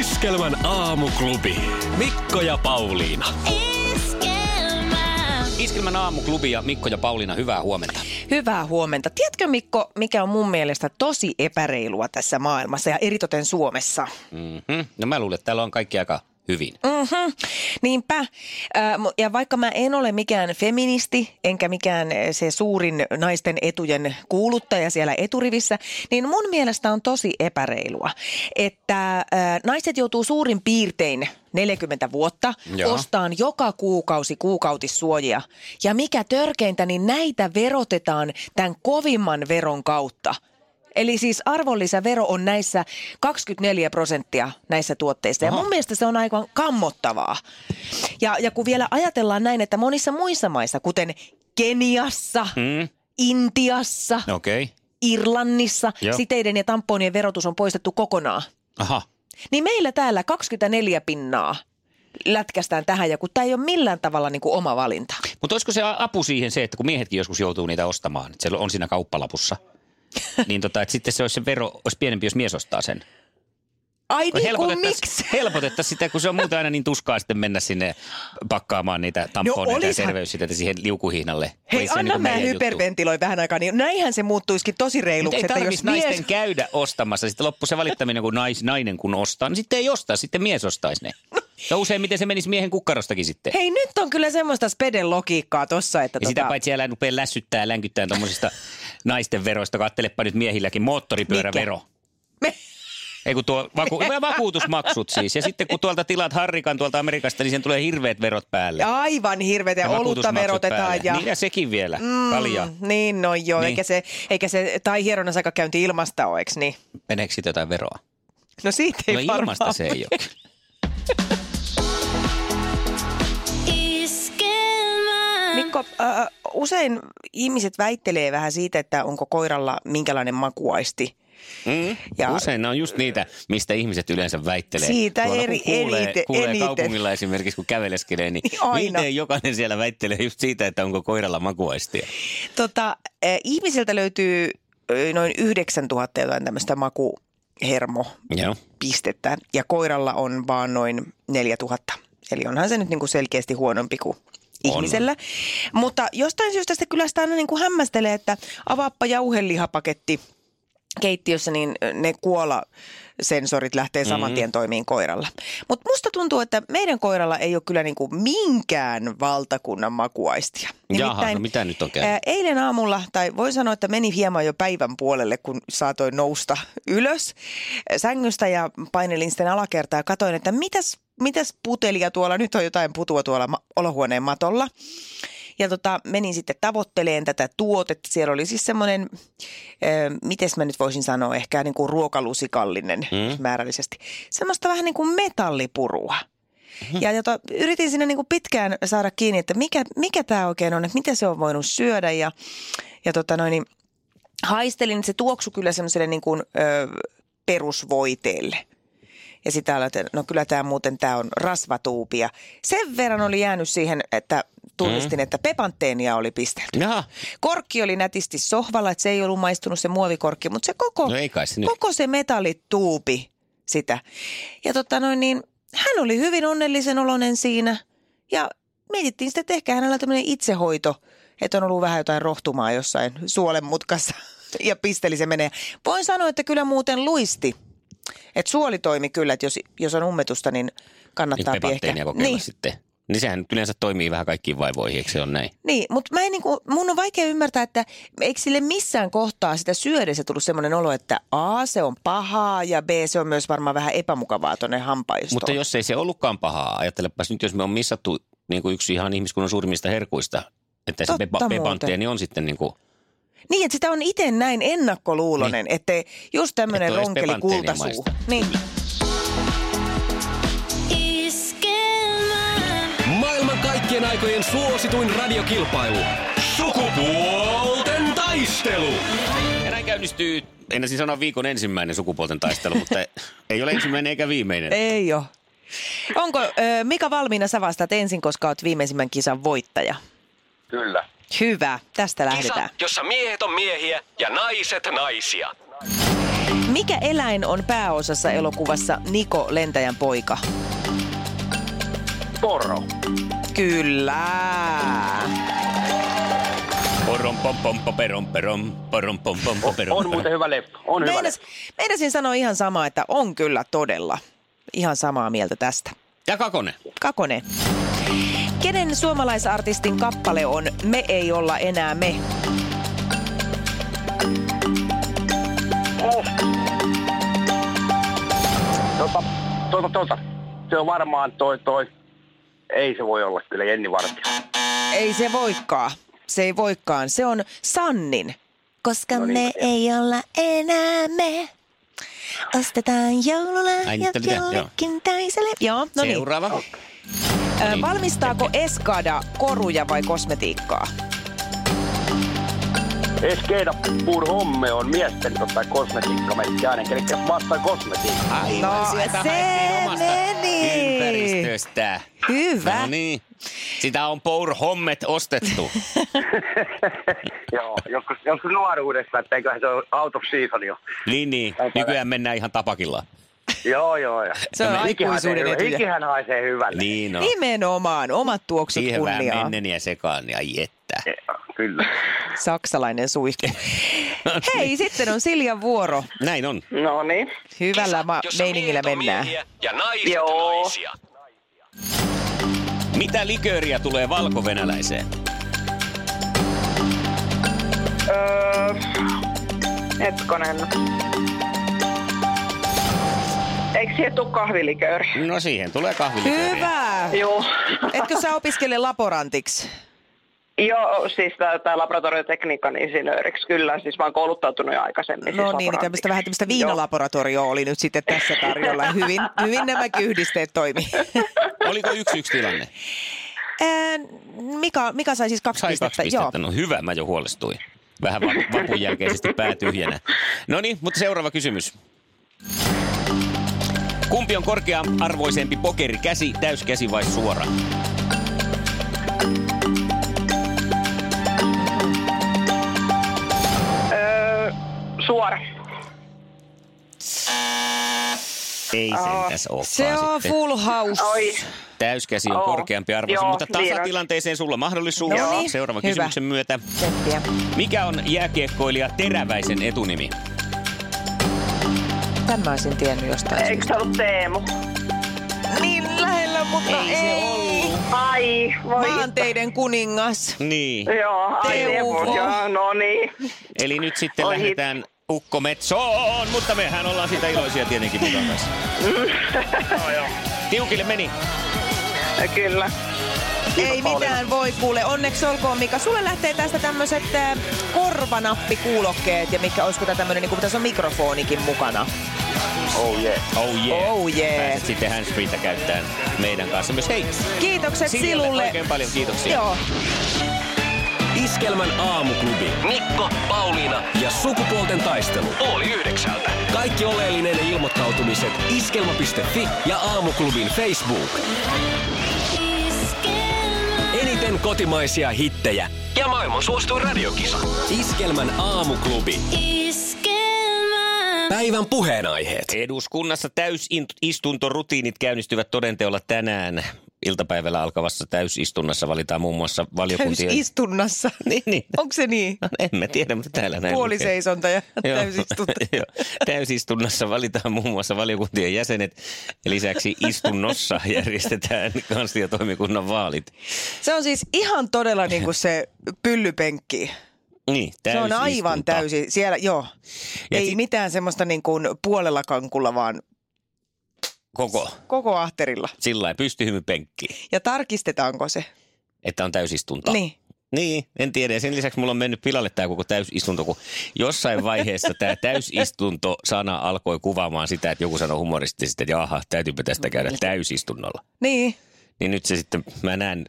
Iskelmän aamuklubi. Mikko ja Pauliina. Iskelmän aamuklubi ja Mikko ja Pauliina, hyvää huomenta. Hyvää huomenta. Tiedätkö Mikko, mikä on mun mielestä tosi epäreilua tässä maailmassa ja eritoten Suomessa? Mm-hmm. No mä luulen, että täällä on kaikki aika hyvin. Mm-hmm. Niinpä. Ä, mu- Ja vaikka mä en ole mikään feministi, enkä mikään eh, se suurin naisten etujen kuuluttaja siellä eturivissä, niin mun mielestä on tosi epäreilua, että ä, naiset joutuu suurin piirtein 40 vuotta Joo. ostaan joka kuukausi kuukautissuojia. Ja mikä törkeintä, niin näitä verotetaan tämän kovimman veron kautta. Eli siis arvonlisävero on näissä 24 prosenttia näissä tuotteissa. Ja mun mielestä se on aivan kammottavaa. Ja, ja kun vielä ajatellaan näin, että monissa muissa maissa, kuten Keniassa, Mm. Intiassa, Okei. Okay. Irlannissa, Joo. siteiden ja tamponien verotus on poistettu kokonaan. Aha. Niin meillä täällä 24 pinnaa lätkästään tähän, ja kun tämä ei ole millään tavalla niin kuin oma valinta. Mutta olisiko se apu siihen se, että kun miehetkin joskus joutuu niitä ostamaan, että se on siinä kauppalapussa, niin tota, että sitten se, olisi se vero olisi pienempi, jos mies ostaa sen. Niin, Ai niin kuin Helpotettaisiin miksi? helpotettaisiin sitä, kun se on muuten aina niin tuskaa sitten mennä sinne pakkaamaan niitä tamponeita ja No olisihan- terveyssiteitä siihen liukuhihnalle. Hei, Olisi se anna niinku mä meidän juttu. hyperventiloin vähän aikaa, niin näinhän se muuttuisikin tosi Mut reiluksi. ei että tarvitsisi jos naisten mies... käydä ostamassa. Sitten loppu se valittaminen, kun nais, nainen kun ostaa. No sitten ei ostaa, sitten mies ostaisi ne. Ja useimmiten se menisi miehen kukkarostakin sitten. Hei, nyt on kyllä semmoista speden logiikkaa tossa, että Ja tota... Niin sitä paitsi älä rupea lässyttää ja länkyttää tuommoisista naisten veroista. Kattelepa nyt miehilläkin moottoripyörävero. Me... Ei kun tuo vaku- ja vakuutusmaksut siis. Ja sitten kun tuolta tilat Harrikan tuolta Amerikasta, niin sen tulee hirveät verot päälle. Aivan hirveitä ja olutta vakuutusmaksut verotetaan päälle. ja... Niin ja sekin vielä. Mm. Kaljaa. Niin, no joo, Niin. niin. eikä se, eikä se tai hieronnan käynti ilmasta ole, eiks niin? Meneekö siitä jotain veroa? No siitä ei no varmaan. ilmasta se ei ole. Mikko, äh, usein ihmiset väittelee vähän siitä, että onko koiralla minkälainen makuaisti. Mm. Ja- Usein ne on just niitä, mistä ihmiset yleensä väittelee. Siitä Tuolla, kun eri- kuulee, eniten- kuulee eniten. kaupungilla esimerkiksi, kun käveleskelee, niin, Niin aina. miten jokainen siellä väittelee just siitä, että onko koiralla makuaistia. Tota, äh, ihmisiltä löytyy äh, noin 9000 jotain tämmöistä makuhermo Joo. pistettä ja koiralla on vaan noin 4000. Eli onhan se nyt niin kuin selkeästi huonompi kuin ihmisellä. On. Mutta jostain syystä sitä kyllä sitä aina niin kuin hämmästelee, että avaappa jauhelihapaketti keittiössä, niin ne kuola-sensorit lähtee Mhm. saman tien toimiin koiralla. Mutta musta tuntuu, että meidän koiralla ei ole kyllä niinku minkään valtakunnan makuaistia. Jaha, no mitä nyt on käynyt? ää, Eilen aamulla, tai voi sanoa, että meni hieman jo päivän puolelle, kun saatoin nousta ylös sängystä ja painelin sitten alakertaa ja katsoin, että mitäs, mitäs putelia tuolla, nyt on jotain putua tuolla ma- olohuoneen matolla. Ja tota, menin sitten tavoitteleen tätä tuotetta. Siellä oli siis semmoinen, ö, mites mä nyt voisin sanoa, ehkä niin kuin ruokalusikallinen mm. määrällisesti. Semmoista vähän niin kuin metallipurua. Mm. Ja jota, yritin sinne niin kuin pitkään saada kiinni, että mikä, mikä tämä oikein on, että mitä se on voinut syödä. Ja, ja tota noin, niin haistelin, että se tuoksu kyllä semmoiselle niin kuin, ö, perusvoiteelle. Ja sitä aloitin, no kyllä tämä muuten tämä on rasvatuupi. Ja sen verran oli jäänyt siihen, että tunnistin, mm. että pepanteenia oli pistelty. Jaha. Korkki oli nätisti sohvalla, että se ei ollut maistunut se muovikorkki, mutta se koko, No ei kai se nyt. koko se metallituupi sitä. Ja tota noin, niin hän oli hyvin onnellisen oloinen siinä ja mietittiin sitten, että ehkä hänellä on tämmöinen itsehoito, että on ollut vähän jotain rohtumaa jossain suolen mutkassa ja pisteli se menee. Voin sanoa, että kyllä muuten luisti. Että suoli toimi kyllä, että jos, jos on ummetusta, niin Niin kannattaa ehkä. pepanteenia kokeilla Niin, sitten. Niin sehän nyt yleensä toimii vähän kaikkiin vaivoihin, eikö se ole näin? Niin, mutta mä en niinku, mun on vaikea ymmärtää, että eikö sille missään kohtaa sitä syödessä tullut semmoinen olo, että A, se on pahaa ja B, se on myös varmaan vähän epämukavaa tuonne hampaistoon. Mutta jos ei se ollutkaan pahaa, ajattelepas nyt, jos me on missattu niin kuin yksi ihan ihmiskunnan suurimmista herkuista, että se Totta pepa- muuten. pepanteeni on sitten niin kuin, Niin, että sitä on itse näin ennakkoluulonen, niin. että just tämmöinen Että on edes ronkeli pepanteenia kultasuu. maista. Niin. Iskelmän. Maailman kaikkien aikojen suosituin radiokilpailu. Sukupuolten taistelu. Ja näin käynnistyy, en siis sanoa viikon ensimmäinen sukupuolten taistelu, mutta ei ole ensimmäinen eikä viimeinen. Ei ole. Onko, ö, Mika valmiina sä vastaat ensin, koska oot viimeisimmän kisan voittaja? Kyllä. Hyvä, tästä lähdetään. Kisa, jossa miehet on miehiä ja naiset naisia. Mikä eläin on pääosassa elokuvassa Niko lentäjän poika? Poro. Kyllä. Porom pom pom poperom perom, porom pom pom poperom On muuten hyvä leffa. On hyvä Meinas, leffa. meinasin sanoa ihan sama, että on kyllä todella. Ihan samaa mieltä tästä. Ja kakone. Kakone. Kenen suomalaisartistin kappale on Me ei olla enää me? Tota, tota, tota. Se on varmaan toi, toi. Ei se voi olla kyllä Jenni Vartija. Ei se voikaan. Se ei voikaan. Se on Sannin. Koska me ei olla enää me. Ostetaan Ai, joululahjat nyt oli tää, joo. jollekin täiselle. Joo, no niin. Seuraava. Ö, niin. Valmistaako Eskada koruja vai kosmetiikkaa? Eskeida pur homme on miesten tota, kosmetiikkameitti aina, eli vastaan kosmetiikka. Aivan, No, sieltä se haettiin omasta meni. Ympäristöstä. Hyvä. No niin. Sitä on Pour Hommet ostettu. Joo, joskus, joskus nuoruudessa, että eiköhän se ole out of season jo. niin, niin. Aika Nykyään mennään ihan tapakilla. Joo, joo. joo. Se on Hikihän aikuisuuden haisee hyvä- etuja. Hikihän haisee hyvälle. Niin on. Nimenomaan. Omat tuoksut Siihen vähän kunniaa. mennen ja sekaan. niin Ja jettä. Kyllä. Saksalainen suihku. No Hei, niin. sitten on Siljan vuoro. Näin on. No niin. Hyvällä ma- jossa meiningillä miehet on mennään. miehiä ja naiset Joo. naisia. Mitä likööriä tulee valkovenäläiseen? Öö, hetkonen. Eikö siihen tuu kahvilikööri? No siihen tulee kahvilikööriä. Hyvä. Joo. Etkö sä opiskele laborantiksi? Joo, siis tämä laboratoriotekniikan insinööriksi, niin kyllä. Siis mä oon kouluttautunut jo aikaisemmin. siis No niin, tämmöistä vähän tämmöistä laborantiksi. Joo. viinalaboratorioa oli nyt sitten tässä tarjolla. Hyvin, hyvin nämäkin yhdisteet toimii. Oliko yksi yksi tilanne? Ää, Mika, Mika sai siis kaksi Sai pistettä. kaksi Joo. pistettä. No hyvä, mä jo huolestuin. Vähän va- vapun jälkeisesti pää tyhjänä. No niin, mutta seuraava kysymys. Kumpi on korkea-arvoisempi pokeri, käsi, täyskäsi vai suora? Öö, suora. Ei sen tässä olekaan Oh, Se on sitten. full house. Oi. Täyskäsi on Oo. korkeampi arvoisempi, Joo, mutta niin on. tasatilanteeseen sulla mahdollisuus. No niin, Seuraava hyvä. kysymyksen myötä. Tsemppiä. Mikä on jääkiekkoilija Teräväisen etunimi? Tämän mä olisin tiennyt jostain. Eikö se ollut Teemu? Niin lähellä, mutta ei. Ai, voi. Maanteiden kuningas. Niin. Joo, ai Teemu. Teemu. Joo, no niin. Eli nyt sitten Oi, lähdetään ukkometsoon, mutta mehän ollaan siitä iloisia tietenkin Mikan kanssa. Tiukille meni. Kyllä. Ei mitään voi kuule. Onneksi olkoon Mika. Sulle lähtee tästä tämmöiset korvanappikuulokkeet ja mikä olisiko tämä tämmöinen, niin kuin tässä on mikrofonikin mukana. Oh yeah. Oh yeah. Oh yeah. Pääset sitten handsfreetä käyttämään meidän kanssa myös. Hei, Kiitokset Siljalle Silulle. oikein paljon kiitoksia. Joo. Iskelmän aamuklubi. Mikko, Pauliina ja sukupuolten taistelu. Oli yhdeksältä. Kaikki oleellinen ilmoittautumiset iskelma.fi ja aamuklubin Facebook. Iskelmä. Eniten kotimaisia hittejä ja maailman suosituin radiokisa. Iskelmän aamuklubi. Iskelmä. Päivän puheenaiheet. Eduskunnassa täysistuntorutiinit käynnistyvät todenteolla tänään. Iltapäivällä alkavassa täysistunnassa valitaan muun muassa valiokuntien... Täysistunnassa. Niin, niin. Onko se niin? No, en mä tiedä, mutta täällä näin lukee. Puoliseisonta ja Joo. täysistunto. Joo. Täysistunnassa valitaan muun muassa valiokuntien jäsenet ja lisäksi istunnossa järjestetään kansliatoimikunnan vaalit. Se on siis ihan todella niin kuin se pyllypenkki. Niin, Se on aivan täysistunta. täysi. Siellä, joo. Ja Ei sit- mitään semmoista niin kuin puolella kankulla, vaan Koko koko ahterilla. sillä lailla pystyhymy penkkiin, Ja tarkistetaanko se? että on täysistunta. Niin. Niin, en tiedä. Ja sen lisäksi mulla on mennyt pilalle tämä koko täysistunto, kun jossain vaiheessa tämä täysistunto-sana alkoi kuvaamaan sitä, että joku sanoi humoristisesti, että jaha, täytyypä tästä käydä täysistunnolla. Niin, Niin nyt se sitten, mä näen,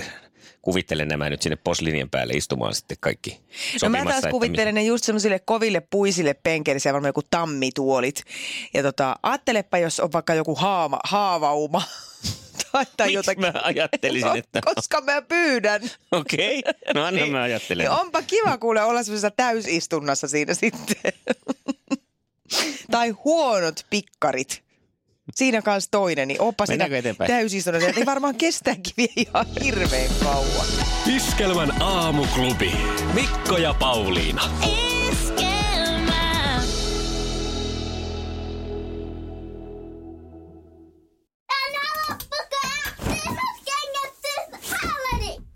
äh, kuvittelen nämä nyt sinne poslinjan päälle istumaan sitten kaikki No sopimassa, mä taas että kuvittelen ne just semmoisille koville puisille penkeille, siellä varmaan joku tammituolit. Ja tota, ajattelepa, jos on vaikka joku haava, haavauma tai, tai Miksi jotakin. mä ajattelisin, no, että- Koska mä pyydän. mi- Okei, okay. no anna niin. mä ajattelen. Niin onpa kiva kuule olla semmoisessa täysistunnassa siinä sitten. tai huonot pikkarit. Siinä kanssa toinen, niin oppa siinä Mennäänkö eteenpäin? täysistunnassa. Ei varmaan kestääkin vielä ihan hirveän kauan. Iskelmän aamuklubi. Mikko ja Pauliina. Iskelmää.